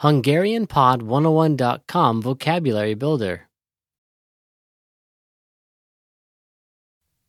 HungarianPod101.com Vocabulary Builder.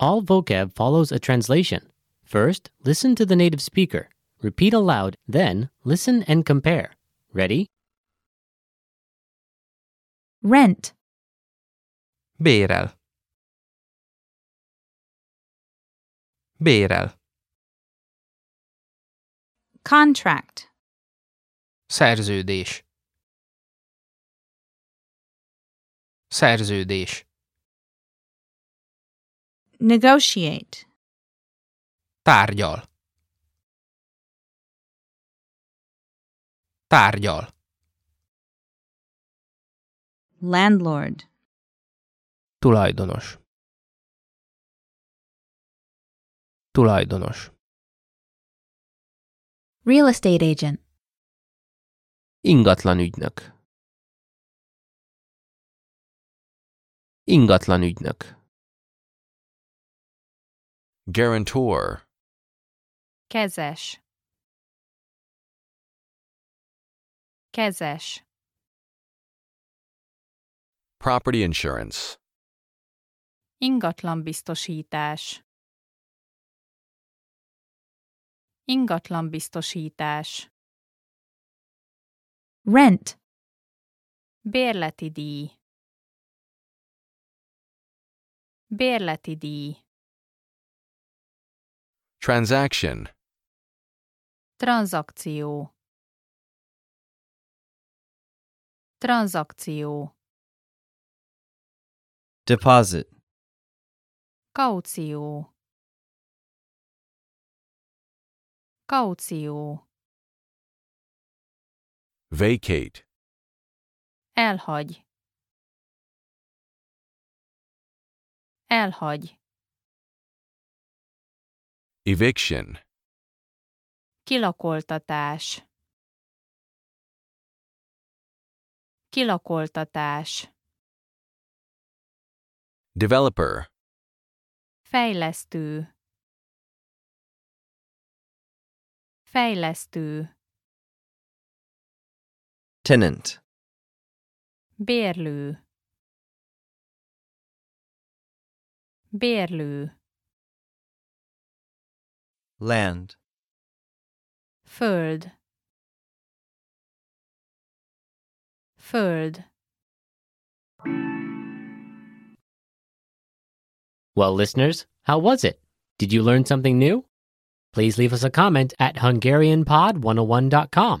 All vocab follows a translation. First, listen to the native speaker. Repeat aloud, then, listen and compare. Ready? Rent. Bérel. Bérel. Contract. Szerződés. Szerződés. Negotiate. Tárgyal. Tárgyal. Landlord. Tulajdonos. Tulajdonos. Real estate agent. Ingatlan ügynök. Ingatlan ügynök. guarantor, Kezes. Kezes. property insurance, Ingatlanbiztosítás. Ingatlanbiztosítás. Rent. Bérleti díj. Bérleti díj. transaction, Tranzakció. Tranzakció. deposit, Kaució. Kaució. vacate, Elhagy. Elhagy. eviction, Kilakoltatás. Kilakoltatás. developer, Fejlesztő. Fejlesztő. tenant, Bérlő. Bérlő. land, Föld. Föld. Well, listeners, how was it? Did you learn something new? oh Please leave us a comment at HungarianPod101.com.